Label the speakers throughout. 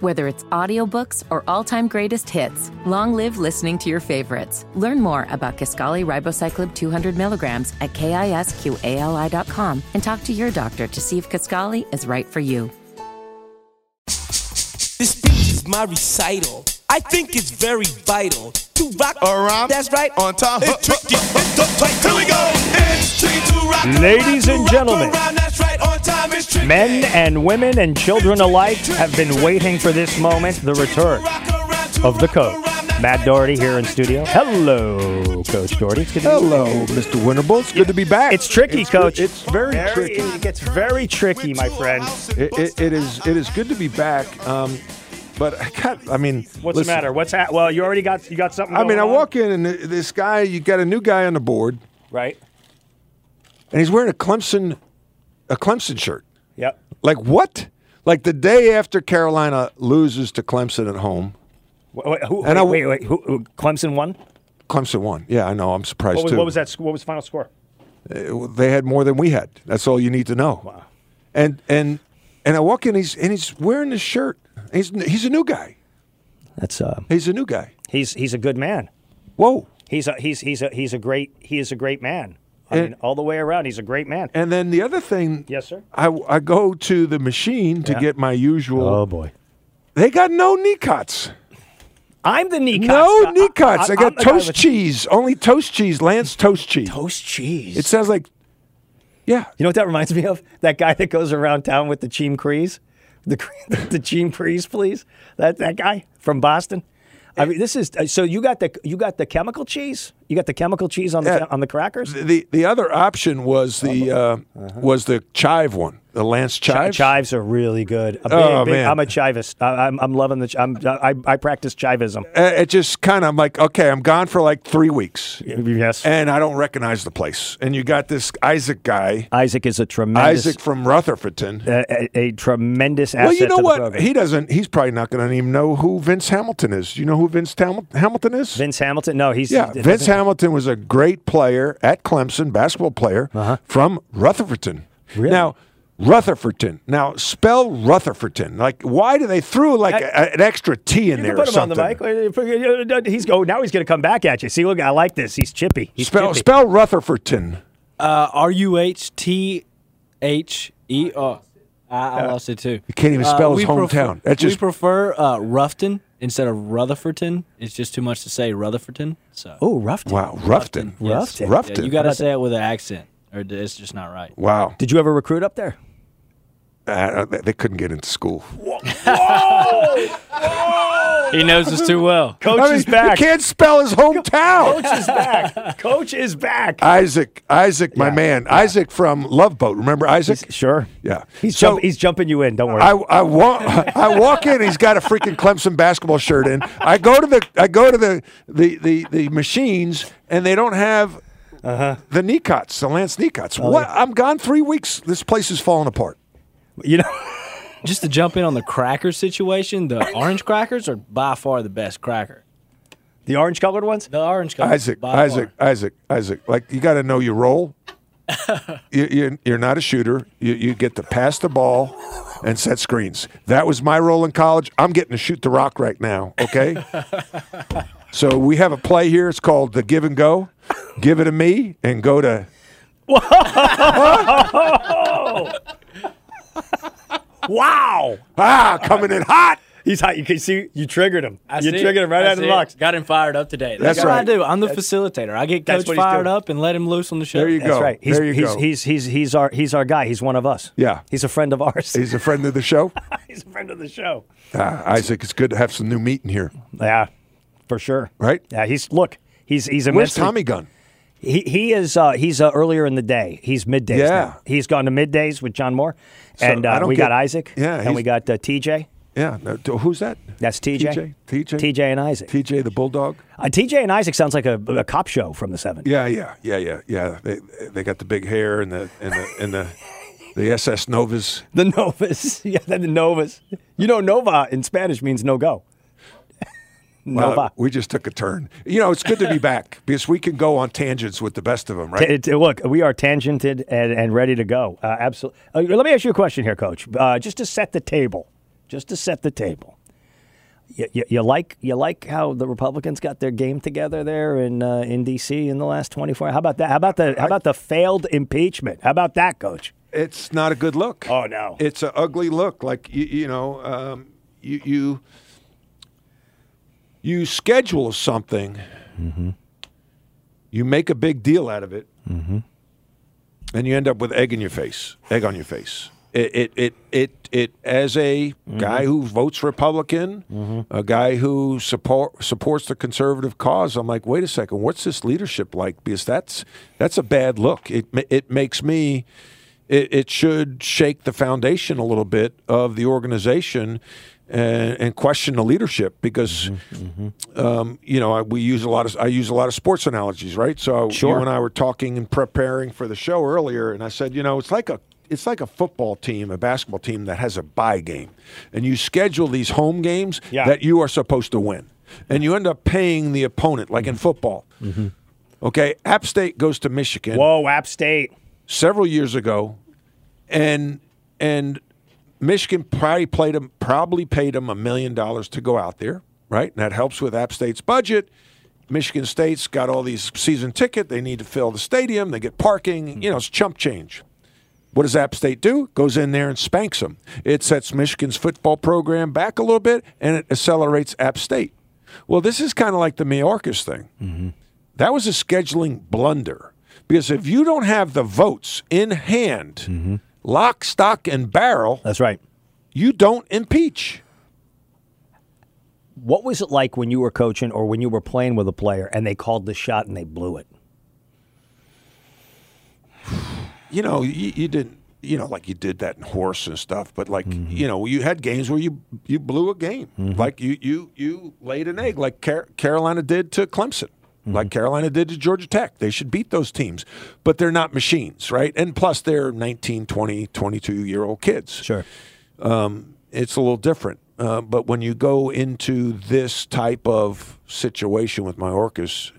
Speaker 1: Whether it's audiobooks or all-time greatest hits, long live listening to your favorites. Learn more about Kaskali Ribocyclib 200 milligrams at kisqali.com and talk to your doctor to see if Kaskali is right for you.
Speaker 2: This speech is my recital. I think it's very vital to rock
Speaker 3: A rhyme
Speaker 2: That's right.
Speaker 3: on top.
Speaker 2: It's tricky. It's uptight. Here we go. It's tricky to rock. to
Speaker 4: Ladies
Speaker 2: rock,
Speaker 4: and
Speaker 2: to rock
Speaker 4: gentlemen,
Speaker 2: around. That's right. On time. It's tricky.
Speaker 4: Men and women and children alike have been waiting for this moment, the return
Speaker 2: Rock around to
Speaker 4: of the
Speaker 2: rock
Speaker 4: coach.
Speaker 2: around. That's
Speaker 4: Matt
Speaker 2: right,
Speaker 4: Doherty
Speaker 2: on
Speaker 4: here in
Speaker 2: time,
Speaker 4: studio.
Speaker 2: it's tricky.
Speaker 4: Hello, Coach Doherty. It's good to meet you.
Speaker 5: Hello, Mr. Winterbull. It's good to be back.
Speaker 4: It's tricky, Coach.
Speaker 5: It's very, tricky.
Speaker 4: It gets very tricky, my friend.
Speaker 5: It, it, it is. It is good to be back. Um, but I got. I mean,
Speaker 4: What's the
Speaker 5: listen,
Speaker 4: matter? What's ha- well? You already got you got something.
Speaker 5: I mean,
Speaker 4: going
Speaker 5: I
Speaker 4: on?
Speaker 5: walk in and th- this guy. You got a new guy on the board,
Speaker 4: right.
Speaker 5: and he's wearing a Clemson, a Clemson shirt.
Speaker 4: Yep.
Speaker 5: Like what? Like the day after Carolina loses to Clemson at home,
Speaker 4: Wait, wait, who,
Speaker 5: And I-
Speaker 4: wait, wait, who, who- Clemson won.
Speaker 5: Clemson won. Yeah, I know. I'm surprised
Speaker 4: What was,
Speaker 5: too.
Speaker 4: what was that? sc- What was the final score?
Speaker 5: they had more than we had. That's all you need to know. Wow. And and and I walk in. He's and he's wearing this shirt. He's he's a new guy.
Speaker 4: That's uh,
Speaker 5: He's a new guy.
Speaker 4: he's he's a good man.
Speaker 5: Whoa.
Speaker 4: He's a he's he's a he's a great he is a great man. I
Speaker 5: And-
Speaker 4: mean, all the way around, he's a great man.
Speaker 5: And then the other thing,
Speaker 4: Yes, sir.
Speaker 5: I, I go to the machine to
Speaker 4: Yeah. Um,
Speaker 5: get my usual.
Speaker 4: boy,
Speaker 5: They got no knee cuts.
Speaker 4: I'm the knee cuts.
Speaker 5: No
Speaker 4: I-
Speaker 5: knee cuts. I,
Speaker 4: I'm
Speaker 5: got
Speaker 4: the guy
Speaker 5: toast
Speaker 4: with-
Speaker 5: cheese. Only toast cheese. Lance toast cheese.
Speaker 4: Toast cheese.
Speaker 5: It sounds like, yeah.
Speaker 4: You know what that reminds me of? That guy that goes around town with the cheem crees, the cre- the cheem crees, please. That that guy from Boston. I mean, this is uh, so you got the you got the chemical cheese. You got the chemical cheese on the
Speaker 5: Yeah.
Speaker 4: on the crackers.
Speaker 5: The the other option was the uh,
Speaker 4: Uh-huh.
Speaker 5: was the chive one. The Lance chive.
Speaker 4: Chives are really good. A big,
Speaker 5: Oh,
Speaker 4: big-
Speaker 5: man.
Speaker 4: I'm a chivist. I, I'm, I'm loving the. ch- I'm, I I practice chivism.
Speaker 5: Uh, It just kind of I'm like okay, I'm gone for like three weeks,
Speaker 4: Yes.
Speaker 5: and I don't recognize the place. And you got this Isaac guy,
Speaker 4: Isaac is a tremendous
Speaker 5: Isaac from Rutherfordton.
Speaker 4: a, a, a tremendous asset.
Speaker 5: Well, you know
Speaker 4: to the
Speaker 5: what?
Speaker 4: program.
Speaker 5: He doesn't. He's probably not going to even know who Vince Hamilton is. Do you know who Vince Tam- Hamilton is?
Speaker 4: Vince Hamilton. No, he's
Speaker 5: yeah, Vince Hamilton was a great player at Clemson, basketball player from Rutherfordton.
Speaker 4: Uh-huh. Really?
Speaker 5: Now, Rutherfordton. Now, spell Rutherfordton. Like, why do they throw like a- an extra T in
Speaker 4: You
Speaker 5: there
Speaker 4: can put
Speaker 5: or
Speaker 4: him on
Speaker 5: something?
Speaker 4: the mic. Uh, He's oh now he's going to come back at you. See, look, I like this. He's chippy. He's
Speaker 5: Spell
Speaker 4: chippy.
Speaker 5: spell Rutherfordton.
Speaker 6: Uh, R U H T H E R. I I lost it too. You
Speaker 5: can't even spell his hometown. That's
Speaker 6: we
Speaker 5: just-
Speaker 6: prefer uh, Ruffton instead of Rutherfordton. It's just too much to say Rutherfordton. So
Speaker 4: Oh, rough.
Speaker 5: Wow, Ruffton.
Speaker 4: Yes. Ruffton.
Speaker 6: Yeah, you got to say it with an accent, or d- it's just not right.
Speaker 5: Wow,
Speaker 4: Did you ever recruit up there?
Speaker 5: Uh, they they couldn't get into school.
Speaker 6: He knows us too well.
Speaker 4: Coach
Speaker 5: I mean,
Speaker 4: is back.
Speaker 5: He can't spell his hometown.
Speaker 4: Coach is back. Coach is back.
Speaker 5: Isaac, Isaac, my man, Isaac from Love Boat. Remember Isaac?
Speaker 4: sure.
Speaker 5: yeah.
Speaker 4: He's
Speaker 5: So-
Speaker 4: jump, he's jumping you in. Don't worry.
Speaker 5: I, I walk I walk in. He's got a freaking Clemson basketball shirt in. I go to the I go to the the the, the machines and they don't have
Speaker 4: Uh-huh.
Speaker 5: the knee cuts, the Lance knee cuts.
Speaker 4: Oh,
Speaker 5: what? I'm gone three weeks. This place is falling apart.
Speaker 4: you know.
Speaker 6: Just to jump in on the cracker situation, the orange crackers are by far the best cracker.
Speaker 4: The orange colored ones?
Speaker 6: The orange crackers,
Speaker 5: Isaac,
Speaker 6: by
Speaker 5: Isaac,
Speaker 6: far.
Speaker 5: Isaac, Isaac. Like you got to know your role. you, you, you're not a shooter. You, you get to pass the ball and set screens. That was my role in college. I'm getting to shoot the rock right now. Okay. so we have a play here. It's called the give and go. Give it to me and go to.
Speaker 4: Wow.
Speaker 5: Ah, coming in hot.
Speaker 4: He's hot. You can see you triggered him.
Speaker 6: I
Speaker 4: you
Speaker 6: see it.
Speaker 4: triggered him right
Speaker 6: I
Speaker 4: out of the
Speaker 6: see it.
Speaker 4: box.
Speaker 6: Got him fired up today.
Speaker 5: That's
Speaker 6: what I
Speaker 5: right.
Speaker 6: do. I'm the facilitator. I get
Speaker 4: that's
Speaker 6: coach
Speaker 4: what he's
Speaker 6: fired
Speaker 4: doing.
Speaker 6: up and let him loose on the show.
Speaker 5: There you go.
Speaker 4: That's right. He's,
Speaker 5: there you
Speaker 4: he's,
Speaker 5: go.
Speaker 4: he's he's he's our he's our guy. He's one of us.
Speaker 5: Yeah.
Speaker 4: He's a friend of ours.
Speaker 5: He's a friend of the show.
Speaker 4: he's a friend of the show.
Speaker 5: Ah, Isaac, it's good to have some new meat in here,
Speaker 4: Yeah, for sure.
Speaker 5: right?
Speaker 4: Yeah, he's look. He's he's immensely.
Speaker 5: Where's Tommy Gun?
Speaker 4: He he is uh, he's uh, earlier in the day. He's middays.
Speaker 5: Yeah.
Speaker 4: now. he's gone to middays with John Moore, and
Speaker 5: I
Speaker 4: uh,
Speaker 5: don't
Speaker 4: we
Speaker 5: get-
Speaker 4: got Isaac.
Speaker 5: Yeah,
Speaker 4: and we
Speaker 5: he's-
Speaker 4: got uh, TJ.
Speaker 5: Yeah. no, t- who's that?
Speaker 4: That's TJ.
Speaker 5: TJ. TJ.
Speaker 4: TJ and Isaac.
Speaker 5: TJ the Bulldog.
Speaker 4: uh, TJ and Isaac sounds like a, a cop show from the seven.
Speaker 5: Yeah, yeah, yeah, yeah, yeah. They they got the big hair and the and the and the the SS Novas.
Speaker 4: The Novas. yeah, the Novas. You know, Nova in Spanish means no go.
Speaker 5: Wow,
Speaker 4: Nova.
Speaker 5: we just took a turn. You know, it's good to be back because we can go on tangents with the best of them, right?
Speaker 4: It- it- look, we are tangented and, and ready to go. Uh, absolutely. Uh, let me ask you a question here, Coach. Uh, just to set the table, just to set the table. you, you, you like you like how the Republicans got their game together there in uh, in D.C. in the last 24. How about that? How about the how about the failed impeachment? How about that, Coach?
Speaker 5: It's not a good look.
Speaker 4: Oh, no.
Speaker 5: it's an ugly look. Like you, you know, um, you you you schedule something,
Speaker 4: Mm-hmm.
Speaker 5: you make a big deal out of it, and you end up with egg in your face, egg on your face. It it it it, it as a guy who votes Republican, a guy who support supports the conservative cause. I'm like, wait a second, what's this leadership like? Because that's that's a bad look. It ma- it makes me. It, it should shake the foundation a little bit of the organization and, and question the leadership because um, you know, I, we use a lot of I use a lot of sports analogies, right? So
Speaker 4: Sure.
Speaker 5: you and I were talking and preparing for the show earlier, and I said, you know, it's like a it's like a football team, a basketball team that has a bye game, and you schedule these home games
Speaker 4: Yeah.
Speaker 5: that you are supposed to win, and you end up paying the opponent, like
Speaker 4: Mm-hmm.
Speaker 5: in football. Okay, App State goes to Michigan
Speaker 4: Whoa, App State.
Speaker 5: several years ago, and and Michigan probably played him probably paid him a million dollars to go out there, right? And that helps with App State's budget. Michigan State's got all these season ticket. They need to fill the stadium. They get parking. You know, it's chump change. What does App State do? Goes in there and spanks them. It sets Michigan's football program back a little bit, and it accelerates App State. Well, this is kind of like the Mayorkas thing. That was a scheduling blunder because if you don't have the votes in hand, lock, stock, and barrel,
Speaker 4: That's right.
Speaker 5: you don't impeach.
Speaker 4: What was it like when you were coaching or when you were playing with a player and they called the shot and they blew it?
Speaker 5: You know, you, you didn't. You know, like you did that in horse and stuff, but like you know, you had games where you you blew a game, like you you you laid an egg, like Car- Carolina did to Clemson, like Carolina did to Georgia Tech. They should beat those teams, but they're not machines, right? And plus, they're 19, 20, 22 year old kids.
Speaker 4: Sure.
Speaker 5: it's a little different. Uh, but when you go into this type of situation with my orcas,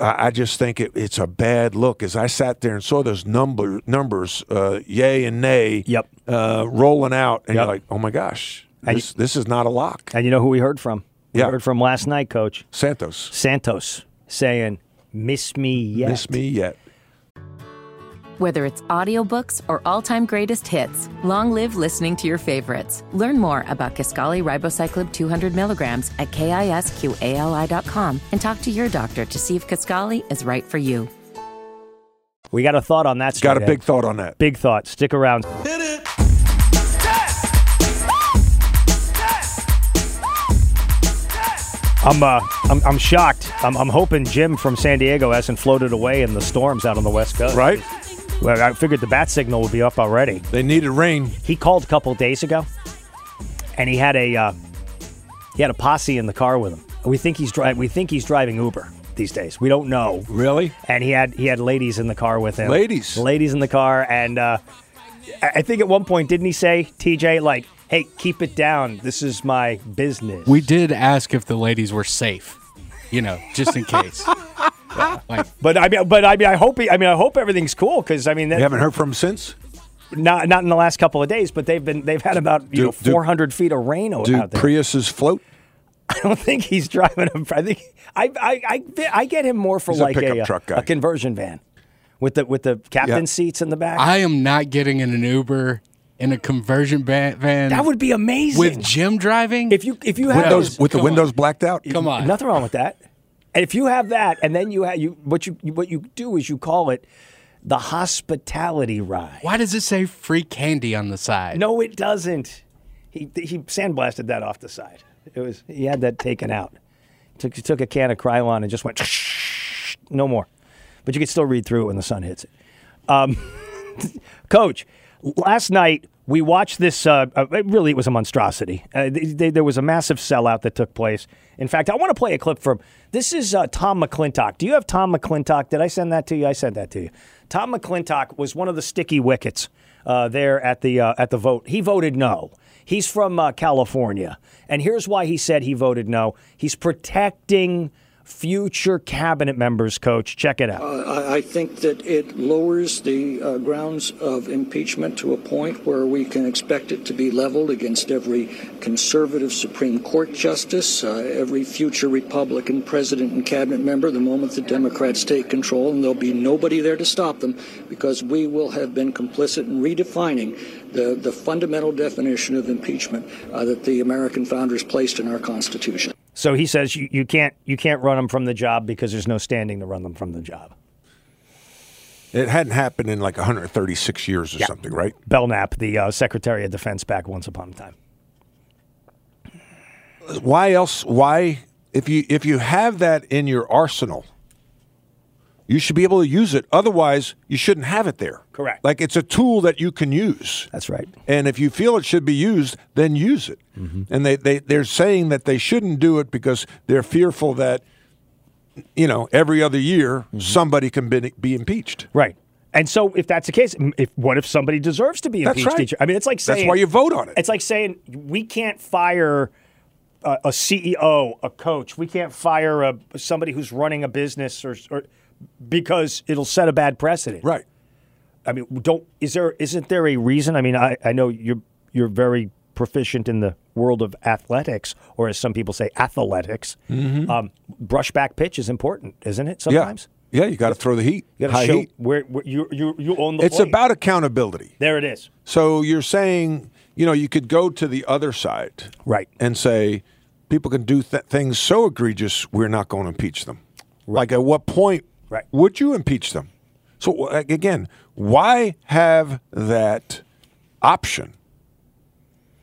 Speaker 5: I, I just think it, it's a bad look. As I sat there and saw those number numbers, uh, yay and nay,
Speaker 4: Yep.
Speaker 5: uh, rolling out, and
Speaker 4: Yep.
Speaker 5: you're like, oh my gosh,
Speaker 4: And
Speaker 5: this, this is not a lock.
Speaker 4: And you know who we heard from? We
Speaker 5: Yeah.
Speaker 4: heard from last night, Coach
Speaker 5: Santos,
Speaker 4: Santos, saying, "Miss me yet?
Speaker 5: miss me yet?
Speaker 1: Whether it's audiobooks or all-time greatest hits, long live listening to your favorites. Learn more about Kaskali Ribocyclib 200 milligrams at kisqali.com and talk to your doctor to see if Kaskali is right for you.
Speaker 4: We got a thought on that.
Speaker 5: Got
Speaker 4: straight
Speaker 5: a big
Speaker 4: ahead.
Speaker 5: thought on that.
Speaker 4: big thought. Stick around. I'm, uh, I'm I'm shocked. I'm, I'm hoping Jim from San Diego hasn't floated away in the storms out on the west coast.
Speaker 5: Right?
Speaker 4: Well, I figured the bat signal would be up already.
Speaker 5: They needed rain.
Speaker 4: He called a couple days ago, and he had a uh, he had a posse in the car with him. We think he's driving. We think he's driving Uber these days. We don't know.
Speaker 5: Really?
Speaker 4: And he had he had ladies in the car with him.
Speaker 5: Ladies?
Speaker 4: ladies in the car, and uh, I I think at one point didn't he say TJ like, "Hey, keep it down. This is my business."
Speaker 3: We did ask if the ladies were safe, you know, just in case. Like,
Speaker 4: but I mean, but I mean, I hope he, I mean, I hope everything's cool because I mean, that,
Speaker 5: You haven't heard from him since?
Speaker 4: not not in the last couple of days, but they've been they've had about you
Speaker 5: Do-
Speaker 4: know
Speaker 5: do-
Speaker 4: 400 feet of rain o-
Speaker 5: Do
Speaker 4: out there.
Speaker 5: Priuses float?
Speaker 4: I don't think he's driving a. I think I I I, I get him more for
Speaker 5: He's a
Speaker 4: like a, uh,
Speaker 5: pickup truck guy.
Speaker 4: a conversion van, with the with the captain
Speaker 5: Yeah.
Speaker 4: seats in the back.
Speaker 3: I am not getting in an Uber in a conversion ba- van
Speaker 4: that would be amazing.
Speaker 3: with Jim driving.
Speaker 4: if you if you have
Speaker 5: Windows,
Speaker 4: those,
Speaker 5: with the
Speaker 3: come on.
Speaker 5: windows blacked out?
Speaker 3: come on,
Speaker 4: nothing wrong with that. And if you have that, and then you have you what you what you do is you call it the hospitality ride.
Speaker 3: why does it say free candy on the side?
Speaker 4: No, it doesn't. He he sandblasted that off the side. It was he had that taken out. Took he took a can of Krylon and just went no more. But you could still read through it when the sun hits it. Um, Coach, last night we watched this. Uh, uh, it really, it was a monstrosity. Uh, th th- there was a massive sellout that took place. In fact, I want to play a clip from this is uh, Tom McClintock. Do you have Tom McClintock? Did I send that to you? I sent that to you. Tom McClintock was one of the sticky wickets uh, there at the uh, at the vote. He voted no. He's from uh, California, and here's why he said he voted no. He's protecting future cabinet members, coach. Check it out.
Speaker 7: I I think that it lowers the uh, grounds of impeachment to a point where we can expect it to be leveled against every conservative Supreme Court justice, uh, every future Republican president and cabinet member the moment the Democrats take control, and there'll be nobody there to stop them because we will have been complicit in redefining the, the fundamental definition of impeachment uh, that the American founders placed in our Constitution.
Speaker 4: So he says you, you can't you can't run them from the job because there's no standing to run them from the job.
Speaker 5: It hadn't happened in like 136 years or something, right?
Speaker 4: Belknap, the uh, Secretary of Defense, back once upon a time.
Speaker 5: Why else? Why if you if you have that in your arsenal, you should be able to use it. Otherwise, you shouldn't have it there.
Speaker 4: Correct.
Speaker 5: Like it's a tool that you can use.
Speaker 4: That's right.
Speaker 5: And if you feel it should be used, then use it.
Speaker 4: Mm-hmm.
Speaker 5: And they, they, they're saying that they shouldn't do it because they're fearful that, you know, every other year
Speaker 4: Mm-hmm.
Speaker 5: somebody can be, be impeached.
Speaker 4: Right. And so, if that's the case, m- if what if somebody deserves to be
Speaker 5: That's
Speaker 4: impeached?
Speaker 5: right.
Speaker 4: each- I mean, it's like
Speaker 5: That's
Speaker 4: saying
Speaker 5: why you vote on it.
Speaker 4: It's like saying we can't fire a, a CEO, a coach. We can't fire a somebody who's running a business or, or because it'll set a bad precedent.
Speaker 5: Right.
Speaker 4: I mean, don't is there isn't there a reason? I mean, I, I know you're you're very proficient in the world of athletics, or as some people say, athletics. Um, brushback pitch is important, isn't it?
Speaker 5: Mm-hmm. Yeah.
Speaker 4: Sometimes
Speaker 5: Yeah, you got to throw the heat.
Speaker 4: you got to
Speaker 5: high
Speaker 4: show
Speaker 5: heat.
Speaker 4: where, where you you you own the.
Speaker 5: It's
Speaker 4: plate.
Speaker 5: about accountability.
Speaker 4: there. It is
Speaker 5: So you're saying, you know, you could go to the other side.
Speaker 4: Right.
Speaker 5: And say, people can do th- things so egregious, we're not going to impeach them. Like, at what point
Speaker 4: Right.
Speaker 5: would you impeach them? So, wh- like, again, why have that option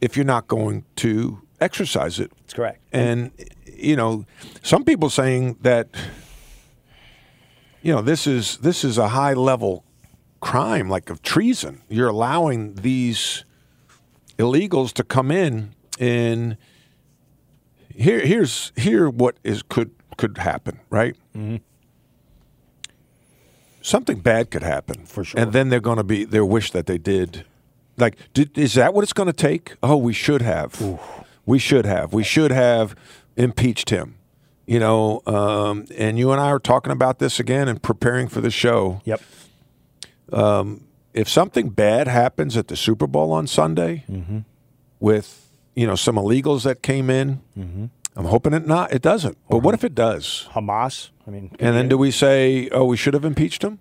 Speaker 5: if you're not going to exercise it?
Speaker 4: That's correct.
Speaker 5: And, you know, some people saying that, you know, this is this is a high level crime, like of treason. You're allowing these illegals to come in and here here's here what is could could happen, right?
Speaker 4: Mm-hmm.
Speaker 5: Something bad could happen for
Speaker 4: sure.
Speaker 5: and then they're going to be their wish that they did. Like, did, is that what it's going to take? Oh, we should have. We should have. We should have impeached him. You know, um, and you and I are talking about this again and preparing for the show
Speaker 4: Yep.
Speaker 5: if something bad happens at the Super Bowl on Sunday
Speaker 4: Mm-hmm.
Speaker 5: with you know some illegals that came in,
Speaker 4: Mm-hmm.
Speaker 5: I'm hoping it not it doesn't. But what if it does?
Speaker 4: Hamas. I mean,
Speaker 5: And then do we say, oh, we should have impeached him?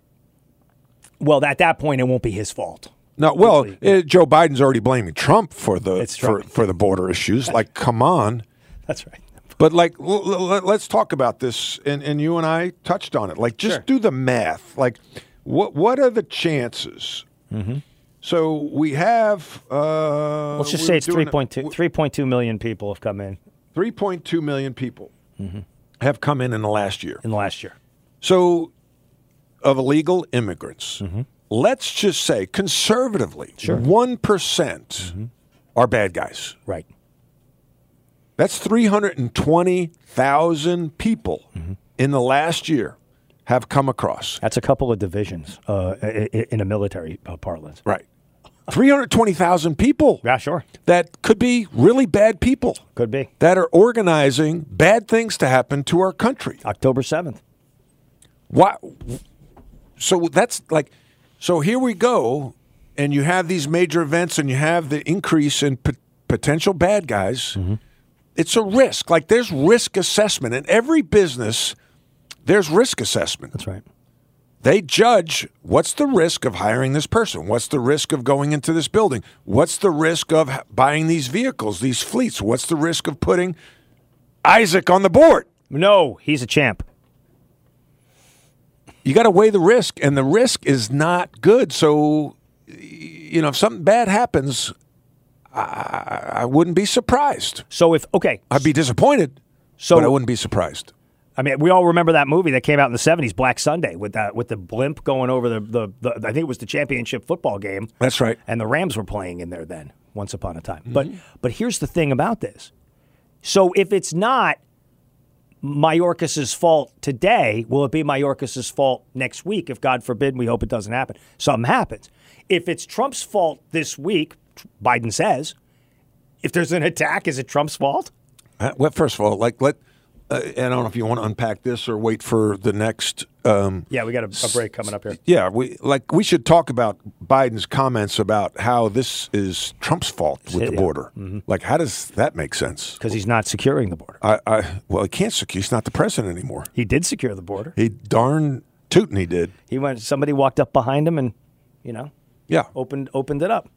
Speaker 4: well, at that point, it won't be his fault.
Speaker 5: No, well, eh, Joe Biden's already blaming Trump for the
Speaker 4: It's
Speaker 5: for,
Speaker 4: Trump.
Speaker 5: for the border issues. Like, come on.
Speaker 4: That's right.
Speaker 5: But like, l- l- l- let's talk about this, and, and you and I touched on it. Like, just do the math. Like, what what are the chances? So we have.
Speaker 4: Mm-hmm.
Speaker 5: Uh,
Speaker 4: Let's just
Speaker 5: we
Speaker 4: say
Speaker 5: were
Speaker 4: it's
Speaker 5: doing
Speaker 4: 3.2, 3.2 million people have come in
Speaker 5: 3.2 million people have come in in the last year.
Speaker 4: in the last year.
Speaker 5: So, of illegal immigrants, let's just say conservatively, one are bad guys.
Speaker 4: Right.
Speaker 5: That's 320,000 people in the last year have come across.
Speaker 4: That's a couple of divisions uh, i- i- in a military uh, parlance.
Speaker 5: Right. 320,000 people
Speaker 4: Yeah, sure.
Speaker 5: that could be really bad people
Speaker 4: Could be.
Speaker 5: that are organizing bad things to happen to our country.
Speaker 4: October 7th.
Speaker 5: Why? So that's like, so here we go, and you have these major events, and you have the increase in pot- potential bad guys.
Speaker 4: Mm-hmm.
Speaker 5: It's a risk. Like there's risk assessment in every business. There's risk assessment.
Speaker 4: That's right.
Speaker 5: They judge what's the risk of hiring this person? What's the risk of going into this building? What's the risk of h- buying these vehicles, these fleets? What's the risk of putting Isaac on the board?
Speaker 4: No, he's a champ.
Speaker 5: you got to weigh the risk, and the risk is not good. So, y- you know, if something bad happens, I, I wouldn't be surprised.
Speaker 4: So if okay,
Speaker 5: I'd be disappointed,
Speaker 4: So-
Speaker 5: Uh, but I wouldn't be surprised.
Speaker 4: I mean we all remember that movie that came out in the '70s, Black Sunday, with that with the blimp going over the, the the I think it was the championship football game.
Speaker 5: That's right.
Speaker 4: and the Rams were playing in there then, once upon a time. But but here's the thing about this. So if it's not Mayorkas' fault today, will it be Mayorkas' fault next week? If God forbid, we hope it doesn't happen. Something happens. If it's Trump's fault this week, Tr- Biden says, if there's an attack, is it Trump's fault?
Speaker 5: Uh, Well, first of all, like let uh, I don't know if you want to unpack this or wait for the next. Um,
Speaker 4: Yeah, we got a, a break coming up here.
Speaker 5: yeah, we like we should talk about Biden's comments about how this is Trump's fault with the border. Like, how does that make sense?
Speaker 4: Because he's not securing the border.
Speaker 5: I, I well, he can't secure. He's not the president anymore.
Speaker 4: He did secure the border.
Speaker 5: He darn tootin' he did.
Speaker 4: He went. Somebody walked up behind him and, you know,
Speaker 5: Yeah.
Speaker 4: opened opened it up.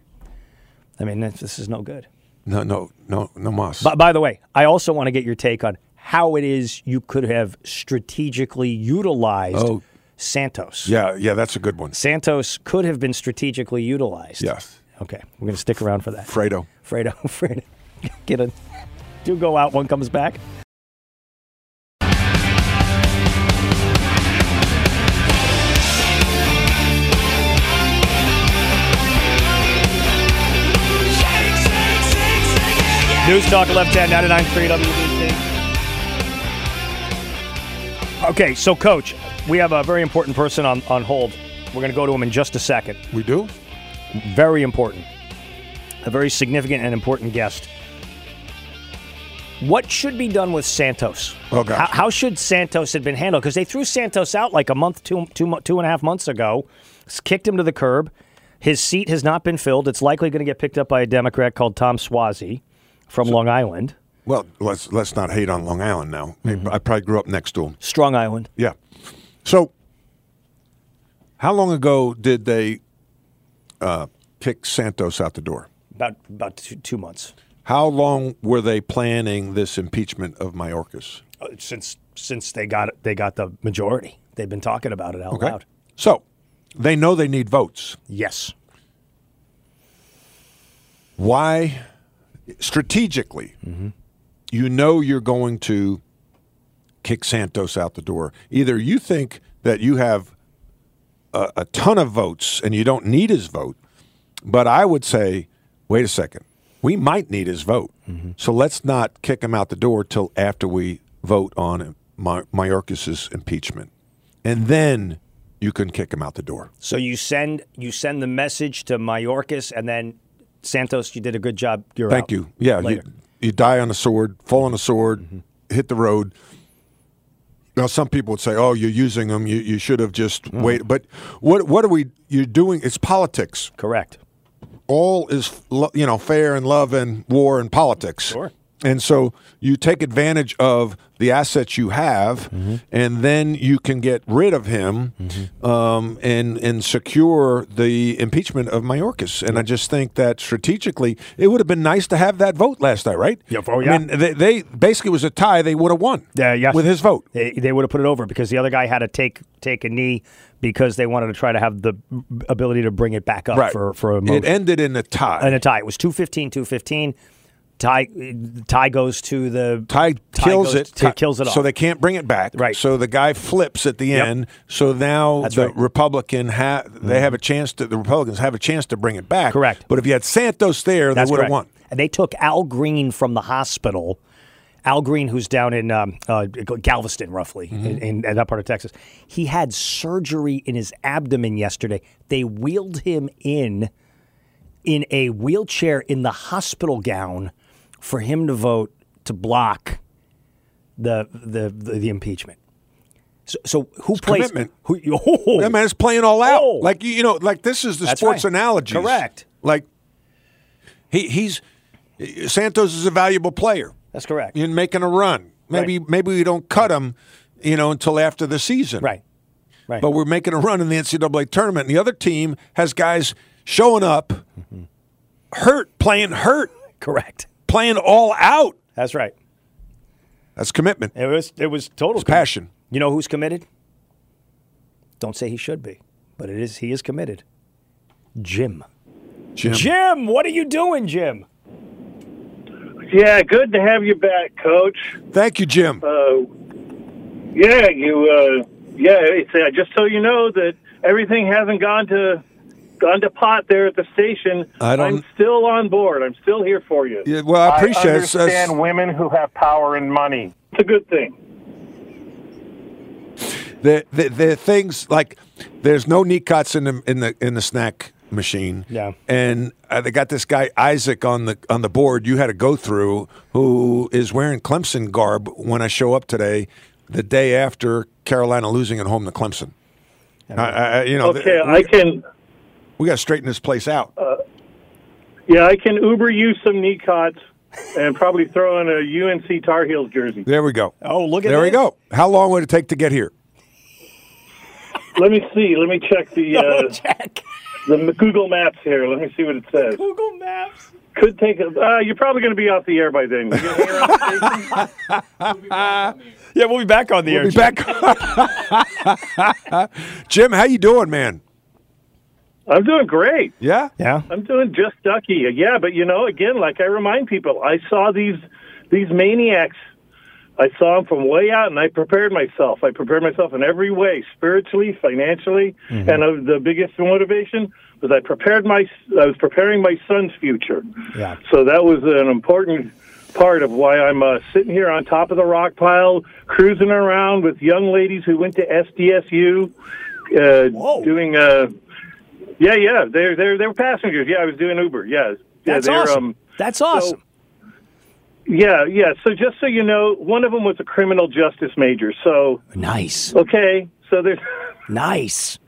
Speaker 4: I mean, this, this is no good.
Speaker 5: No, no, no, no mas.
Speaker 4: But by the way, I also want to get your take on how it is you could have strategically utilized
Speaker 5: Oh.
Speaker 4: Santos.
Speaker 5: yeah, yeah, that's a good one.
Speaker 4: Santos could have been strategically utilized.
Speaker 5: Yes,
Speaker 4: Okay, we're going to stick around for that.
Speaker 5: Fredo.
Speaker 4: Fredo, Fredo, get a two go out, one comes back. News Talk 1110 993 WBT. Okay, so coach, we have a very important person on, on hold. We're going to go to him in just a second
Speaker 5: We do.
Speaker 4: very important, a very significant and important guest. What should be done with Santos?
Speaker 5: Oh, gosh.
Speaker 4: How, how should Santos have been handled? Because they threw Santos out like a month, two, two, mo- two and a half months ago, s- kicked him to the curb. His seat has not been filled. It's likely going to get picked up by a Democrat called Tom Swazi from Long Island,
Speaker 5: Well, let's let's not hate on Long Island now. I- I probably grew up next to him.
Speaker 4: Strong Island.
Speaker 5: Yeah. So, how long ago did they uh, kick Santos out the door?
Speaker 4: About about two, two months
Speaker 5: How long were they planning this impeachment of Mayorkas?
Speaker 4: Uh, since since they got they got the majority. They've been talking about it out loud.
Speaker 5: So, they know they need votes.
Speaker 4: Yes.
Speaker 5: Why, strategically, you know you're going to kick Santos out the door. Either you think that you have a, a ton of votes and you don't need his vote, but I would say, wait a second, we might need his vote. So let's not kick him out the door till after we vote on Ma- Mayorkas's impeachment, and then you can kick him out the door.
Speaker 4: So you send you send the message to Mayorkas, and then Santos, you did a good job. You're
Speaker 5: Thank
Speaker 4: out
Speaker 5: you. Yeah, you,
Speaker 4: later. Mm-hmm.
Speaker 5: you die on a sword, fall on a sword, hit the road. Now, some people would say, "Oh, you're using them. You, you should have just
Speaker 4: Mm-hmm.
Speaker 5: wait." But what what are we? You're doing it's politics.
Speaker 4: correct.
Speaker 5: All is lo- you know fair and love and war and politics.
Speaker 4: Sure.
Speaker 5: And so you take advantage of the assets you have,
Speaker 4: Mm-hmm.
Speaker 5: and then you can get rid of him um, and and secure the impeachment of Mayorkas. And I just think that strategically, it would have been nice to have that vote last night, right?
Speaker 4: Yeah, oh, yeah.
Speaker 5: I mean, they, they basically it was a tie; they would have won.
Speaker 4: Yeah, yes.
Speaker 5: with his vote.
Speaker 4: They, they would have put it over because the other guy had to take take a knee because they wanted to try to have the ability to bring it back up
Speaker 5: Right
Speaker 4: for for a
Speaker 5: it
Speaker 4: moment
Speaker 5: ended in a tie.
Speaker 4: and a tie. It was 215, 215. Tie tie goes to the
Speaker 5: Ty kills
Speaker 4: goes
Speaker 5: it.
Speaker 4: to- kills it off.
Speaker 5: So they can't bring it back.
Speaker 4: Right.
Speaker 5: So the guy flips at the
Speaker 4: Yep.
Speaker 5: end. So now
Speaker 4: That's
Speaker 5: the
Speaker 4: right.
Speaker 5: Republican ha- they have a chance to the Republicans have a chance to bring it back.
Speaker 4: Correct.
Speaker 5: But if you had Santos there,
Speaker 4: That's
Speaker 5: they would have
Speaker 4: correct.
Speaker 5: won.
Speaker 4: And they took Al Green from the hospital. Al Green, who's down in um, uh, Galveston, roughly
Speaker 5: Mm-hmm.
Speaker 4: in, in, in that part of Texas, he had surgery in his abdomen yesterday. They wheeled him in in a wheelchair in the hospital gown for him to vote to block the the the, the impeachment. So, so who plays?
Speaker 5: commitment.
Speaker 4: Who, oh,
Speaker 5: That man is playing all out.
Speaker 4: Oh.
Speaker 5: Like you, you know, like this is the
Speaker 4: That's
Speaker 5: sports
Speaker 4: right.
Speaker 5: analogy.
Speaker 4: Correct.
Speaker 5: Like he he's Santos is a valuable player
Speaker 4: that's correct.
Speaker 5: in making a run. Maybe maybe we don't cut him, you know, until after the season.
Speaker 4: Right, right.
Speaker 5: but we're making a run in the NCAA tournament. And the other team has guys showing up, hurt, playing hurt,
Speaker 4: correct.
Speaker 5: playing all out.
Speaker 4: That's right.
Speaker 5: That's commitment.
Speaker 4: It was it was total commitment.
Speaker 5: passion.
Speaker 4: You know who's committed? Don't say he should be, but it is he is committed. Jim.
Speaker 5: Jim.
Speaker 4: Jim, what are you doing, Jim?
Speaker 8: Yeah, good to have you back, Coach.
Speaker 5: Thank you, Jim.
Speaker 8: Uh, yeah, you. Uh, yeah, it's uh, just so you know that everything hasn't gone to gone to pot there at the station.
Speaker 5: I don't-
Speaker 8: I'm still on board. I'm still here for you.
Speaker 5: Yeah, well, I appreciate it.
Speaker 9: understand
Speaker 5: That's-
Speaker 9: women who have power and money.
Speaker 8: It's a good thing.
Speaker 5: the, the the things like there's no knee cuts in the in the in the snack machine.
Speaker 4: Yeah.
Speaker 5: And uh, they got this guy Isaac on the on the board. You had to go through who is wearing Clemson garb when I show up today, the day after Carolina losing at home to Clemson. I, I, I- you know, th-
Speaker 8: Okay,
Speaker 5: we,
Speaker 8: I can.
Speaker 5: got to straighten this place out.
Speaker 8: Yeah, I can Uber you some knee cots and probably throw in a UNC Tar Heels jersey.
Speaker 5: there we go.
Speaker 4: Oh, look at
Speaker 5: there we
Speaker 4: this.
Speaker 5: go. How long would it take to get here?
Speaker 8: Let me see. Let me check the uh, the Google Maps here. Let me see what it says.
Speaker 4: Google Maps.
Speaker 8: Could take. A, uh, you're probably going to be off the air by then. You gonna hang around the station?
Speaker 4: Yeah, we'll be back on the air.
Speaker 5: Be back. Jim, how you doing, man?
Speaker 8: I'm doing great.
Speaker 5: Yeah.
Speaker 4: Yeah.
Speaker 8: I'm doing just ducky. Yeah, but you know, again, like I remind people, I saw these these maniacs. I saw them from way out, and I prepared myself. I prepared myself in every way, spiritually, financially, and uh, the biggest motivation was I prepared my. I was preparing my son's future.
Speaker 4: Yeah.
Speaker 8: So that was an important part of why I'm uh, sitting here on top of the rock pile, cruising around with young ladies who went to SDSU, uh, doing. Uh, yeah, yeah, they're they're they're passengers. Yeah, I was doing Uber. Yeah, yeah,
Speaker 4: That's
Speaker 8: they're,
Speaker 4: awesome.
Speaker 8: Um,
Speaker 4: That's awesome.
Speaker 8: yeah, yeah. So just so you know, one of them was a criminal justice major. So
Speaker 4: nice.
Speaker 8: okay, so there's
Speaker 4: Nice.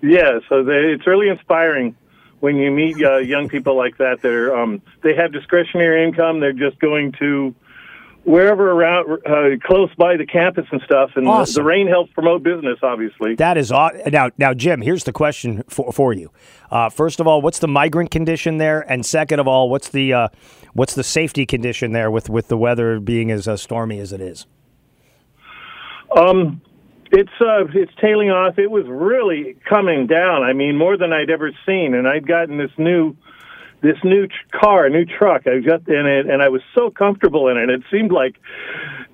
Speaker 8: yeah, so they, it's really inspiring when you meet uh, young people like that. They're um, they have discretionary income. They're just going to wherever around uh, close by the campus and stuff. And the-
Speaker 4: Awesome.
Speaker 8: the rain helps promote business, obviously.
Speaker 4: That is aw- now now Jim. Here's the question for for you. Uh, first of all, what's the migrant condition there, and second of all, what's the uh, what's the safety condition there with with the weather being as uh, stormy as it is?
Speaker 8: Um, it's uh, it's tailing off. It was really coming down. I mean, more than I'd ever seen. And I'd gotten this new, this new tr- car, new truck. I got in it, and I was so comfortable in it. It seemed like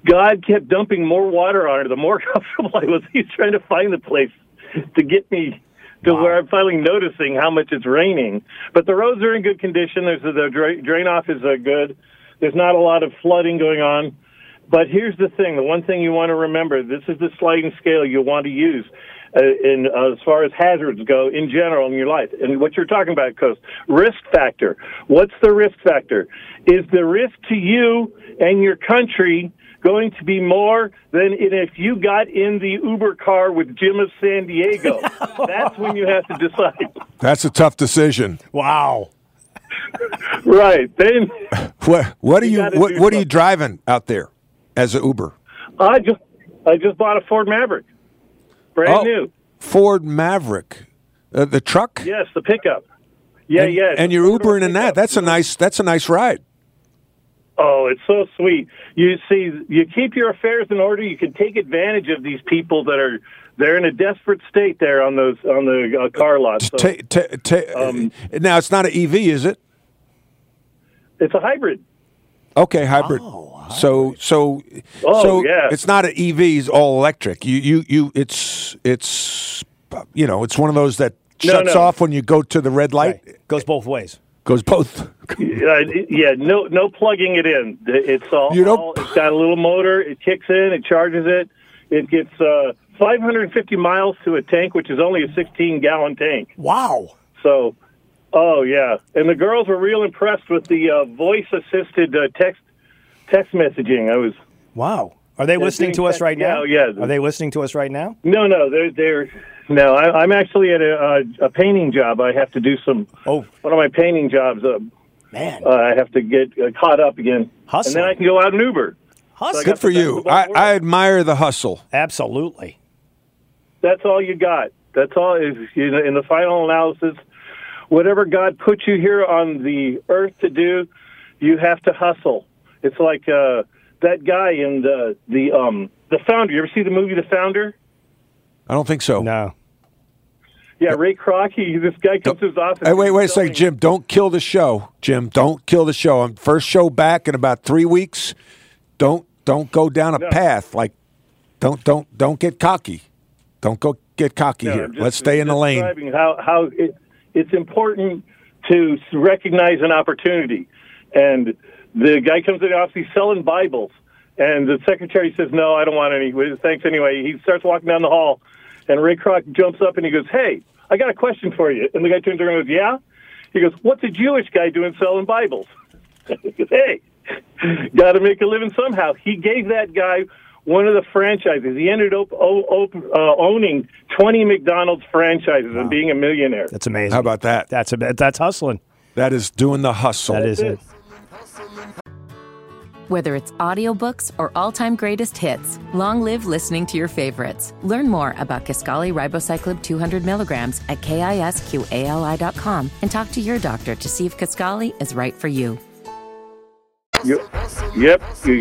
Speaker 8: God kept dumping more water on it. The more comfortable I was, He's trying to find the place to get me to where I'm finally noticing how much it's raining. But the roads are in good condition. There's the dra- drain off is uh, good. There's not a lot of flooding going on. But here's the thing: the one thing you want to remember, this is the sliding scale you want to use, uh, in uh, as far as hazards go in general in your life. And what you're talking about, Coast, risk factor. What's the risk factor? Is the risk to you and your country going to be more than in if you got in the Uber car with Jim of San Diego? That's when you have to decide.
Speaker 5: That's a tough decision.
Speaker 4: Wow.
Speaker 8: Right then,
Speaker 5: What What are
Speaker 8: You
Speaker 5: you,
Speaker 8: gotta
Speaker 5: What,
Speaker 8: do
Speaker 5: what are you
Speaker 8: something.
Speaker 5: driving out there as an Uber?
Speaker 8: I just I just bought a Ford Maverick, brand
Speaker 5: Oh.
Speaker 8: new.
Speaker 5: Ford Maverick, uh, the truck.
Speaker 8: Yes, the pickup. Yeah,
Speaker 5: and,
Speaker 8: yeah.
Speaker 5: And you're Ubering in that. That's a nice. That's a nice ride.
Speaker 8: Oh, it's so sweet. You see, you keep your affairs in order. You can take advantage of these people that are they're in a desperate state there on those on the uh, car lot. So um,
Speaker 5: Ta- ta- ta- now it's not an EV, is it?
Speaker 8: it's a hybrid.
Speaker 5: Okay, hybrid.
Speaker 4: Oh,
Speaker 5: So so
Speaker 8: Oh,
Speaker 5: so
Speaker 8: yeah.
Speaker 5: it's not an EV. It's all electric. You you you. It's it's you know it's one of those that
Speaker 8: No,
Speaker 5: shuts
Speaker 8: no.
Speaker 5: off when you go to the red light.
Speaker 4: Right. Goes both ways.
Speaker 5: Goes both.
Speaker 8: Uh, yeah, no, no plugging it in. It's all,
Speaker 5: You don't-
Speaker 8: all- It's got a little motor. It kicks in. It charges it. It gets uh, 550 miles to a tank, which is only a 16 gallon tank.
Speaker 4: Wow.
Speaker 8: So, oh yeah, and the girls were real impressed with the uh, voice assisted uh, text text messaging. I was
Speaker 4: Wow. Are they listening
Speaker 8: doing
Speaker 4: to us
Speaker 8: that
Speaker 4: right now?
Speaker 8: now, yeah.
Speaker 4: Are they listening to us right now?
Speaker 8: no, no, they're they're no. I, I'm actually at a, a, a painting job. I have to do some.
Speaker 4: Oh.
Speaker 8: one of my painting jobs. Uh,
Speaker 4: Man,
Speaker 8: uh, I have to get uh, caught up again,
Speaker 4: Hustling.
Speaker 8: and then I can go out and Uber.
Speaker 4: hustle.
Speaker 5: Good for
Speaker 8: best
Speaker 5: you.
Speaker 8: of both
Speaker 5: I,
Speaker 8: worlds.
Speaker 5: I admire the hustle.
Speaker 4: Absolutely.
Speaker 8: That's all you got. That's all is you know, in the final analysis. Whatever God put you here on the earth to do, you have to hustle. It's like uh, that guy in the the um, the founder. You ever see the movie The Founder?
Speaker 5: I don't think so.
Speaker 4: No.
Speaker 8: Yeah, Ray Kroc. He, this guy comes to his office.
Speaker 5: Hey, wait, wait a second,
Speaker 8: He's
Speaker 5: Jim. Don't kill the show, Jim. Don't kill the show. I'm first show back in about three weeks. Don't don't go down a path like don't don't don't get cocky. Don't go get cocky
Speaker 8: selling-
Speaker 5: here.
Speaker 8: I'm just
Speaker 5: Let's stay in the lane.
Speaker 8: describing How how it, it's important to s- recognize an opportunity, and the guy comes to the office. He's selling Bibles, and the secretary says, "No, I don't want any. Thanks anyway." He starts walking down the hall, and Ray Kroc jumps up and he goes, "Hey, I got a question for you. And the guy turns around and goes, Yeah? He goes, What's a Jewish guy doing selling Bibles? he goes, Hey, got to make a living somehow. He gave that guy one of the franchises. He ended up o- op- uh, owning 20 McDonald's franchises and being a millionaire.
Speaker 4: That's amazing.
Speaker 5: How about that?
Speaker 4: That's a that's hustling.
Speaker 5: That is doing the hustle.
Speaker 4: That is it.
Speaker 1: Whether it's audiobooks or all-time greatest hits, long live listening to your favorites. Learn more about Kaskali Ribocyclib 200 milligrams at kisqali.com and talk to your doctor to see if Kaskali is right for you.
Speaker 8: You, yep, you,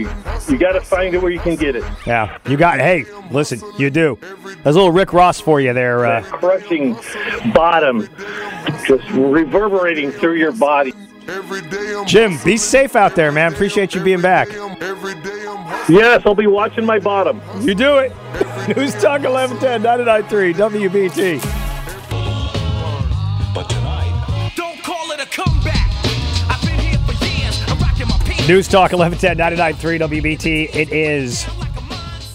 Speaker 8: you got to find it where you can get it.
Speaker 4: Yeah, you got. Hey, listen, you do. There's a little Rick Ross for you there.
Speaker 8: That
Speaker 4: Uh,
Speaker 8: crushing bottom just reverberating through your body.
Speaker 4: Jim, be safe out there, man. Appreciate you being back.
Speaker 8: Yes, I'll be watching my bottom.
Speaker 4: You do it. News Talk 1110 993 WBT.
Speaker 2: Don't call it a comeback. I've been here for years. I'm rocking my pants.
Speaker 4: News Talk 1110 993 WBT. It is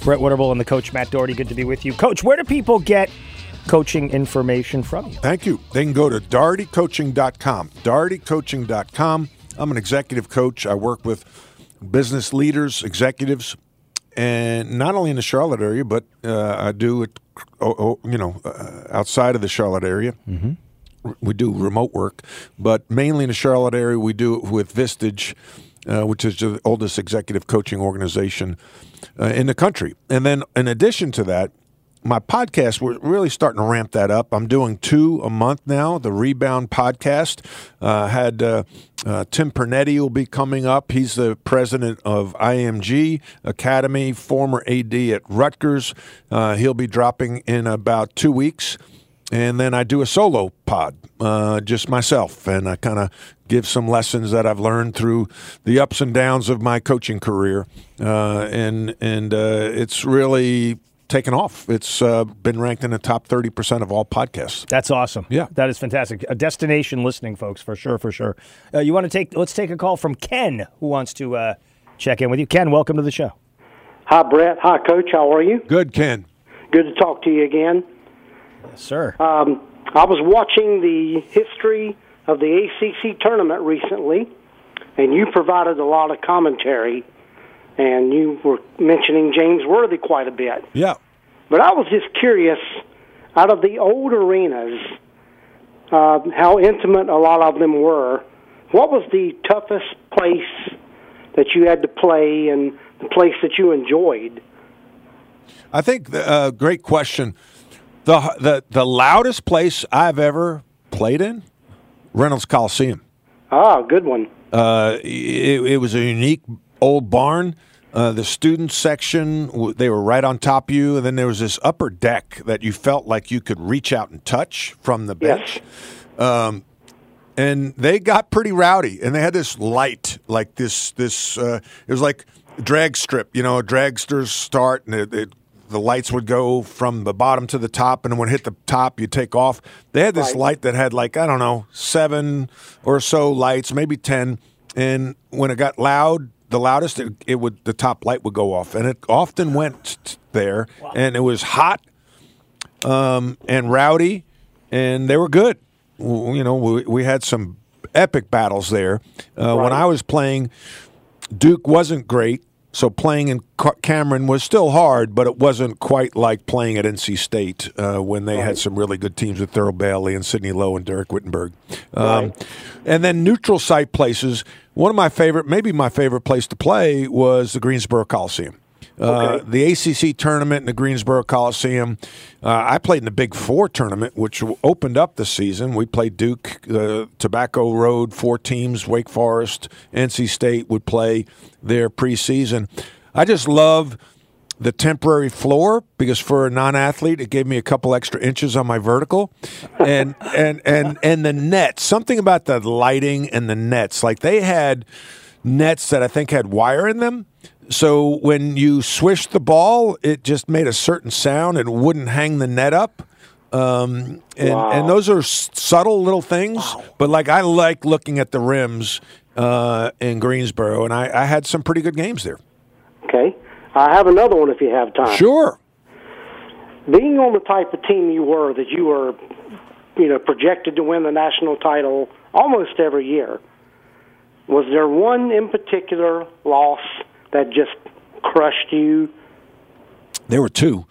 Speaker 4: Brett Winterbull and the coach Matt Doherty. Good to be with you. Coach, where do people get coaching information from you?
Speaker 5: Thank you. They can go to dartycoaching.com. Dartycoaching.com. I'm an executive coach. I work with business leaders, executives, and not only in the Charlotte area, but uh, I do it, oh, oh, you know, uh, outside of the Charlotte area. We do remote work, but mainly in the Charlotte area, we do it with Vistage, uh, which is the oldest executive coaching organization uh, in the country. And then, in addition to that, my podcast, we're really starting to ramp that up. I'm doing two a month now. The Rebound podcast uh, had uh, uh, Tim Pernetti will be coming up. He's the president of IMG Academy, former AD at Rutgers. Uh, he'll be dropping in about two weeks and then I do a solo pod, uh, just myself, and I kind of give some lessons that I've learned through the ups and downs of my coaching career, uh, and and uh, it's really taken off. It's uh, been ranked in the top thirty percent of all podcasts.
Speaker 4: That's awesome.
Speaker 5: Yeah.
Speaker 4: That is fantastic. A destination listening, folks, for sure, for sure. Uh, you want to take, let's take a call from Ken, who wants to uh, check in with you. Ken, welcome to the show.
Speaker 10: Hi, Brett. Hi, Coach. How are you?
Speaker 5: Good, Ken.
Speaker 10: Good to talk to you again.
Speaker 4: Sir.
Speaker 10: Um, I was watching the history of the ACC tournament recently, and you provided a lot of commentary, and you were mentioning James Worthy quite a bit.
Speaker 5: Yeah,
Speaker 10: But I was just curious, out of the old arenas, uh, how intimate a lot of them were. What was the toughest place that you had to play, and the place that you enjoyed?
Speaker 5: I think the uh, great question. The, the the loudest place I've ever played in, Reynolds Coliseum.
Speaker 10: Ah, good one.
Speaker 5: Uh, it, it was a unique old barn. Uh, the student section, w- they were right on top of you. And then there was this upper deck that you felt like you could reach out and touch from the
Speaker 10: Yes.
Speaker 5: bench. Um, and they got pretty rowdy. And they had this light, like this, this uh, it was like drag strip, you know, dragsters start and it, it, the lights would go from the bottom to the top. And when it hit the top, you take off. They had this
Speaker 10: Right.
Speaker 5: light that had like, I don't know, seven or so lights, maybe 10. And when it got loud, the loudest, it, it would, the top light would go off. And it often went t- there. And it was hot and rowdy, and they were good. W- You know, we, we had some epic battles there. Uh, When I was playing, Duke wasn't great, so playing in Ca- Cameron was still hard, but it wasn't quite like playing at NC State uh, when they had some really good teams with Thurl Bailey and Sidney Lowe and Derek Wittenberg. Um, And then neutral site places. One of my favorite, maybe my favorite place to play was the Greensboro Coliseum. Uh, the ACC tournament in the Greensboro Coliseum. Uh, I played in the Big Four tournament, which w- opened up the season. We played Duke, uh, Tobacco Road, four teams, Wake Forest, NC State would play their preseason. I just love the temporary floor because for a non-athlete it gave me a couple extra inches on my vertical and and and and the net something about the lighting and the nets like they had nets that i think had wire in them so when you swished the ball it just made a certain sound and wouldn't hang the net up um, and and those are s- subtle little things, but like I like looking at the rims uh, in Greensboro, and I, I had some pretty good games there.
Speaker 10: Okay. I have another one if you have time.
Speaker 5: Sure,
Speaker 10: Being on the type of team you were, that you were you know, projected to win the national title almost every year. Was there one in particular loss that just crushed you?
Speaker 5: There were two.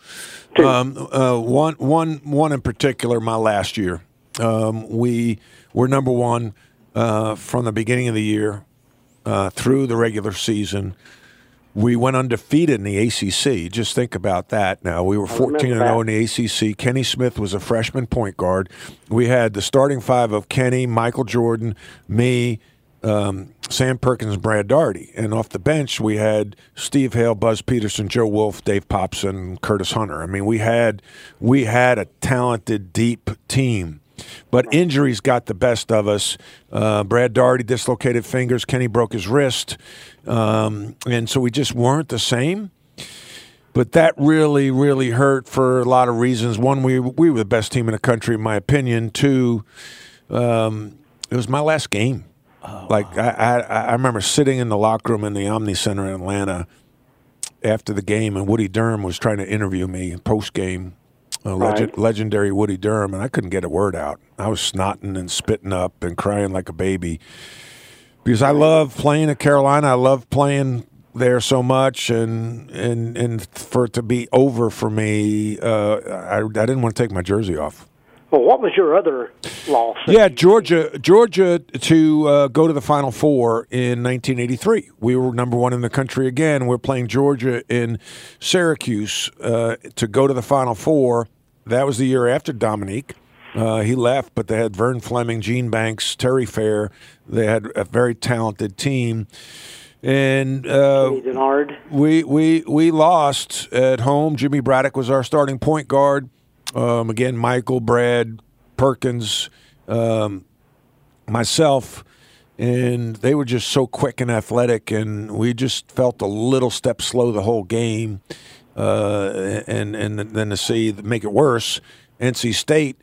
Speaker 5: Um, uh, one, one, one in particular. My last year, um, we were number one uh, from the beginning of the year uh, through the regular season. We went undefeated in the ACC. Just think about that. Now we were
Speaker 11: I remember
Speaker 5: fourteen and oh zero in the ACC. Kenny Smith was a freshman point guard. We had the starting five of Kenny, Michael Jordan, me, um, Sam Perkins, and Brad Daugherty, and off the bench we had Steve Hale, Buzz Peterson, Joe Wolf, Dave Popson, Curtis Hunter. I mean, we had we had a talented, deep team. But injuries got the best of us. Uh, Brad Daugherty dislocated fingers. Kenny broke his wrist. Um, and so we just weren't the same. But that really, really hurt for a lot of reasons. One, we, we were the best team in the country, in my opinion. Two, um, it was my last game. like, I, I, I remember sitting in the locker room in the Omni Center in Atlanta after the game, and Woody Durham was trying to interview me post game. Uh, legend,
Speaker 11: Right.
Speaker 5: legendary Woody Durham, and I couldn't get a word out. I was snotting and spitting up and crying like a baby because I love playing at Carolina. I love playing there so much, and and and for it to be over for me, uh, I, I didn't want to take my jersey off.
Speaker 10: Well, what was your other loss?
Speaker 5: Yeah, Georgia, Georgia to uh, go to the Final Four in 1983. We were number one in the country again. We're playing Georgia in Syracuse uh, to go to the Final Four. That was the year after Dominique. Uh, he left, but they had Vern Fleming, Gene Banks, Terry Fair. They had a very talented team, and uh, we we we lost at home. Jimmy Braddock was our starting point guard. Um, again, Michael, Brad, Perkins, um, myself, and they were just so quick and athletic, and we just felt a little step slow the whole game. Uh, and and then to see make it worse, NC State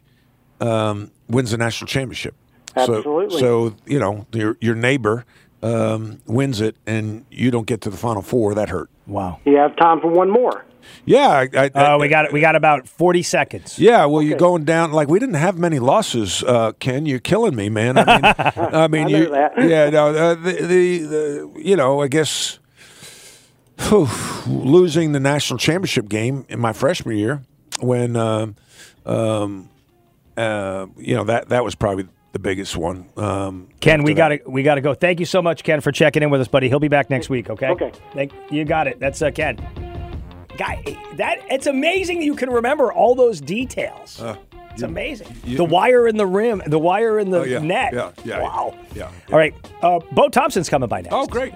Speaker 5: um, wins the national championship.
Speaker 11: Absolutely.
Speaker 5: So, so you know your your neighbor um, wins it, and you don't get to the final four. That hurt.
Speaker 4: Wow.
Speaker 10: You have time for one more.
Speaker 5: Yeah. I, I,
Speaker 4: Uh, we got we got about forty seconds.
Speaker 5: Yeah, well, you're going down. Like we didn't have many losses, uh, Ken. You're killing me, man. I mean, I mean, you, yeah, no, uh, the, the, the, you know, I guess whew, losing the national championship game in my freshman year when, um, um, uh, you know, that that was probably the biggest one. Um,
Speaker 4: Ken, we got to we got to go. Thank you so much, Ken, for checking in with us, buddy. He'll be back next week. Okay. Okay. Thank you. Got it. That's uh, Ken. Guy, that it's amazing you can remember all those details. it's amazing.
Speaker 5: Uh, you- Oh,
Speaker 4: the wire in the rim, the wire in the
Speaker 5: yeah,
Speaker 4: net.
Speaker 5: yeah, yeah,
Speaker 4: wow.
Speaker 5: yeah.
Speaker 4: All right. Uh, Bo Thompson's coming by next.
Speaker 5: Oh, great.